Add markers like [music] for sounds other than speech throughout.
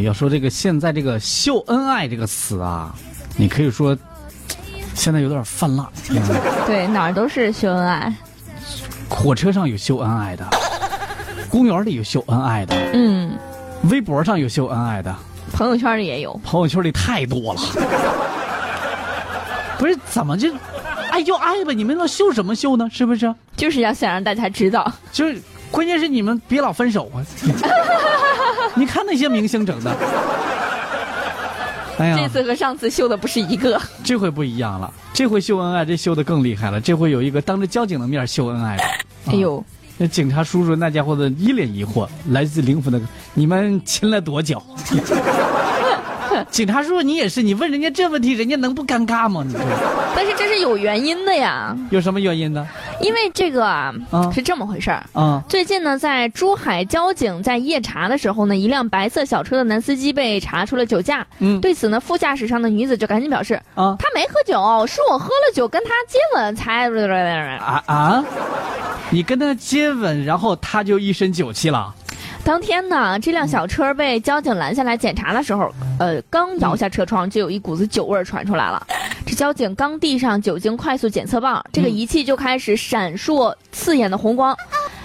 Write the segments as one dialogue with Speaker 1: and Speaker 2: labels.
Speaker 1: 要说这个现在这个秀恩爱这个词啊，你可以说现在有点泛滥。嗯
Speaker 2: 对，哪儿都是秀恩爱。
Speaker 1: 火车上有秀恩爱的，公园里有秀恩爱的，
Speaker 2: 嗯，
Speaker 1: 微博上有秀恩爱的，
Speaker 2: 朋友圈里也有。
Speaker 1: 朋友圈里太多了。不是怎么就爱就爱呗，你们那秀什么秀呢？是不是？
Speaker 2: 就是要想让大家知道，
Speaker 1: 就是关键是你们别老分手啊！你看那些明星整的，哎呀，
Speaker 2: 这次和上次秀的不是一个。
Speaker 1: 这回不一样了，这回秀恩爱，这秀的更厉害了。这回有一个当着交警的面秀恩爱的，
Speaker 2: 哎呦，
Speaker 1: 那警察叔叔那家伙的一脸疑惑，来自灵魂的你们亲了多
Speaker 2: [laughs]
Speaker 1: 久？警察叔叔你也是，你问人家这问题，人家能不尴尬吗？你这
Speaker 2: 但是这是有原因的呀，
Speaker 1: 有什么原因呢？
Speaker 2: 因为这个啊
Speaker 1: 啊
Speaker 2: 是这么回事儿。
Speaker 1: 啊、
Speaker 2: 最近呢，在珠海交警在夜查的时候呢，一辆白色小车的男司机被查出了酒驾。
Speaker 1: 嗯
Speaker 2: 对此呢，副驾驶上的女子就赶紧表示，
Speaker 1: 啊
Speaker 2: 她没喝酒，是我喝了酒跟她接吻才。
Speaker 1: 啊啊！你跟他接吻，然后他就一身酒气了。
Speaker 2: 当天呢，这
Speaker 1: 嗯
Speaker 2: 辆小车被交警拦下来检查的时候，呃，刚摇下车窗，就有一股子酒味儿传出来
Speaker 1: 嗯
Speaker 2: 了。这交警刚递上酒精快速检测棒，这个仪器就开始闪烁刺眼的红光。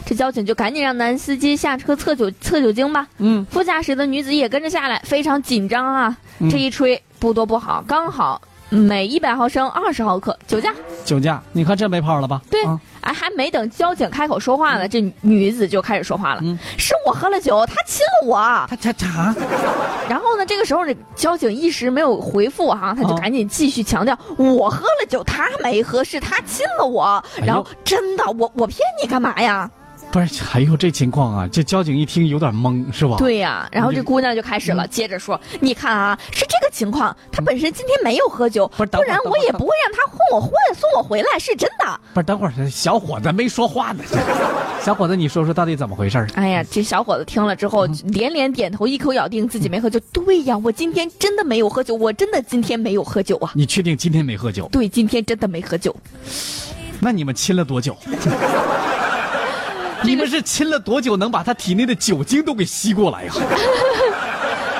Speaker 2: 这交警就赶紧让男司机下车测酒测酒精吧。
Speaker 1: 嗯，
Speaker 2: 副驾驶的女子也跟着下来，非常紧张啊。
Speaker 1: 嗯
Speaker 2: 这一吹不多不好，刚好每一百毫升二十毫克酒驾。
Speaker 1: 酒驾，你看这没泡了吧？
Speaker 2: 对
Speaker 1: 啊
Speaker 2: 哎，还没等交警开口说话呢，这女子就开始说话了：“
Speaker 1: 嗯
Speaker 2: 是我喝了酒，他亲了我。
Speaker 1: 他他他，”
Speaker 2: 然后呢，这个时候这交警一时没有回复哈、他就
Speaker 1: 哦
Speaker 2: 赶紧继续强调：“我喝了酒，他没喝，是他亲了我。
Speaker 1: 哎”呦
Speaker 2: 然后真的，我我骗你干嘛呀？
Speaker 1: 不是，哎呦，这情况啊，这交警一听有点懵，是吧？，
Speaker 2: 对呀、然后
Speaker 1: 嗯
Speaker 2: 这姑娘就开始了，接着说：“你看啊，是这个情况，他本身今天没有喝酒，
Speaker 1: 不是等会
Speaker 2: 不
Speaker 1: 儿
Speaker 2: 然
Speaker 1: 等
Speaker 2: 我
Speaker 1: 会儿
Speaker 2: 也
Speaker 1: 等
Speaker 2: 不会让他哄我混送我回来，是真的。
Speaker 1: 不是，等会儿小伙子没说
Speaker 2: [laughs]
Speaker 1: 话呢，小伙子，你说说到底怎么回事儿”？
Speaker 2: 哎呀，这小伙子听了之后连连点头，一口咬定自己没喝酒。对呀，我今天真的没有喝酒，我真的今天没有喝酒啊。
Speaker 1: 你确定今天没喝酒？
Speaker 2: 对，今天真的没喝酒。
Speaker 1: 那你们亲了多久？你们是亲了多久能把他体内的酒精都给吸过来呀、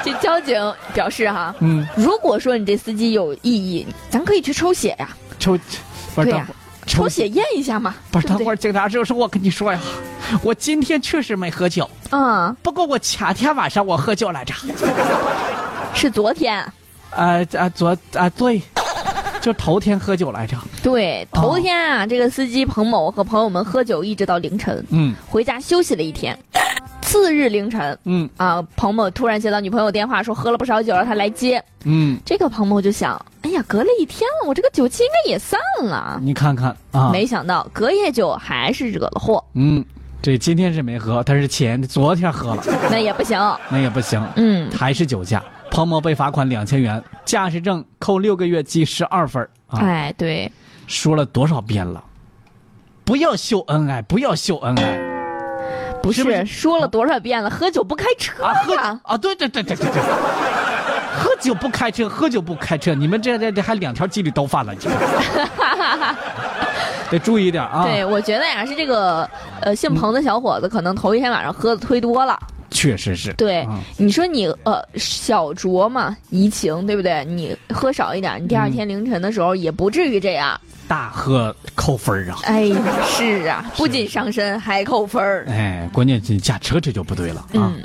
Speaker 2: 这交警表示哈、
Speaker 1: 嗯，
Speaker 2: 如果说你这司机有异议，咱可以去抽血呀、
Speaker 1: 抽，不是
Speaker 2: 对
Speaker 1: 等
Speaker 2: 呀、
Speaker 1: 会儿
Speaker 2: 抽血验一下嘛。
Speaker 1: 不是
Speaker 2: 对
Speaker 1: 等
Speaker 2: 不
Speaker 1: 会
Speaker 2: 对
Speaker 1: 儿警察叔叔，我跟你说呀，我今天确实没喝酒，
Speaker 2: 嗯，
Speaker 1: 不过我前天晚上我喝酒来着。
Speaker 2: 是昨天。
Speaker 1: 啊啊昨啊对，就头天喝酒来着。
Speaker 2: 对，
Speaker 1: 哦
Speaker 2: 头天啊，这个司机彭某和朋友们喝酒一直到凌晨，
Speaker 1: 嗯
Speaker 2: 回家休息了一天。次日凌晨
Speaker 1: 嗯
Speaker 2: 啊，彭某突然接到女朋友电话，说喝了不少酒，让他来接。
Speaker 1: 嗯，
Speaker 2: 这个彭某就想，哎呀，隔了一天了，我这个酒气应该也散了。
Speaker 1: 你看看啊，
Speaker 2: 没想到隔夜酒还是惹了祸，
Speaker 1: 嗯，这今天是没喝，但是前昨天喝了，
Speaker 2: 那也不行。
Speaker 1: 那也不行，
Speaker 2: 嗯，
Speaker 1: 还是酒驾。彭某被罚款两千元，驾驶证扣六个月记十二分儿啊！
Speaker 2: 哎，对，
Speaker 1: 说了多少遍了，不要秀恩爱，不要秀恩爱
Speaker 2: 不是
Speaker 1: 是不是
Speaker 2: 说了多少遍了，喝酒不开车
Speaker 1: 啊！喝
Speaker 2: 呀？
Speaker 1: 啊，对对对对对对，喝酒不开车，喝酒不开车，你们这这这还两条纪律都犯了，你
Speaker 2: [laughs]
Speaker 1: 看，得注意点啊！
Speaker 2: 对，我觉得呀，是这个呃姓彭的小伙子可能头一天晚上喝的忒多了。
Speaker 1: 确实是。
Speaker 2: 对，
Speaker 1: 嗯
Speaker 2: 你说你呃小酌嘛怡情，对不对？你喝少一点，你第二
Speaker 1: 嗯
Speaker 2: 天凌晨的时候也不至于这样。
Speaker 1: 大喝扣分儿啊！
Speaker 2: 哎呀，是啊，不仅伤身还扣分儿。
Speaker 1: 哎，关键这驾车这就不对了啊！
Speaker 2: 嗯。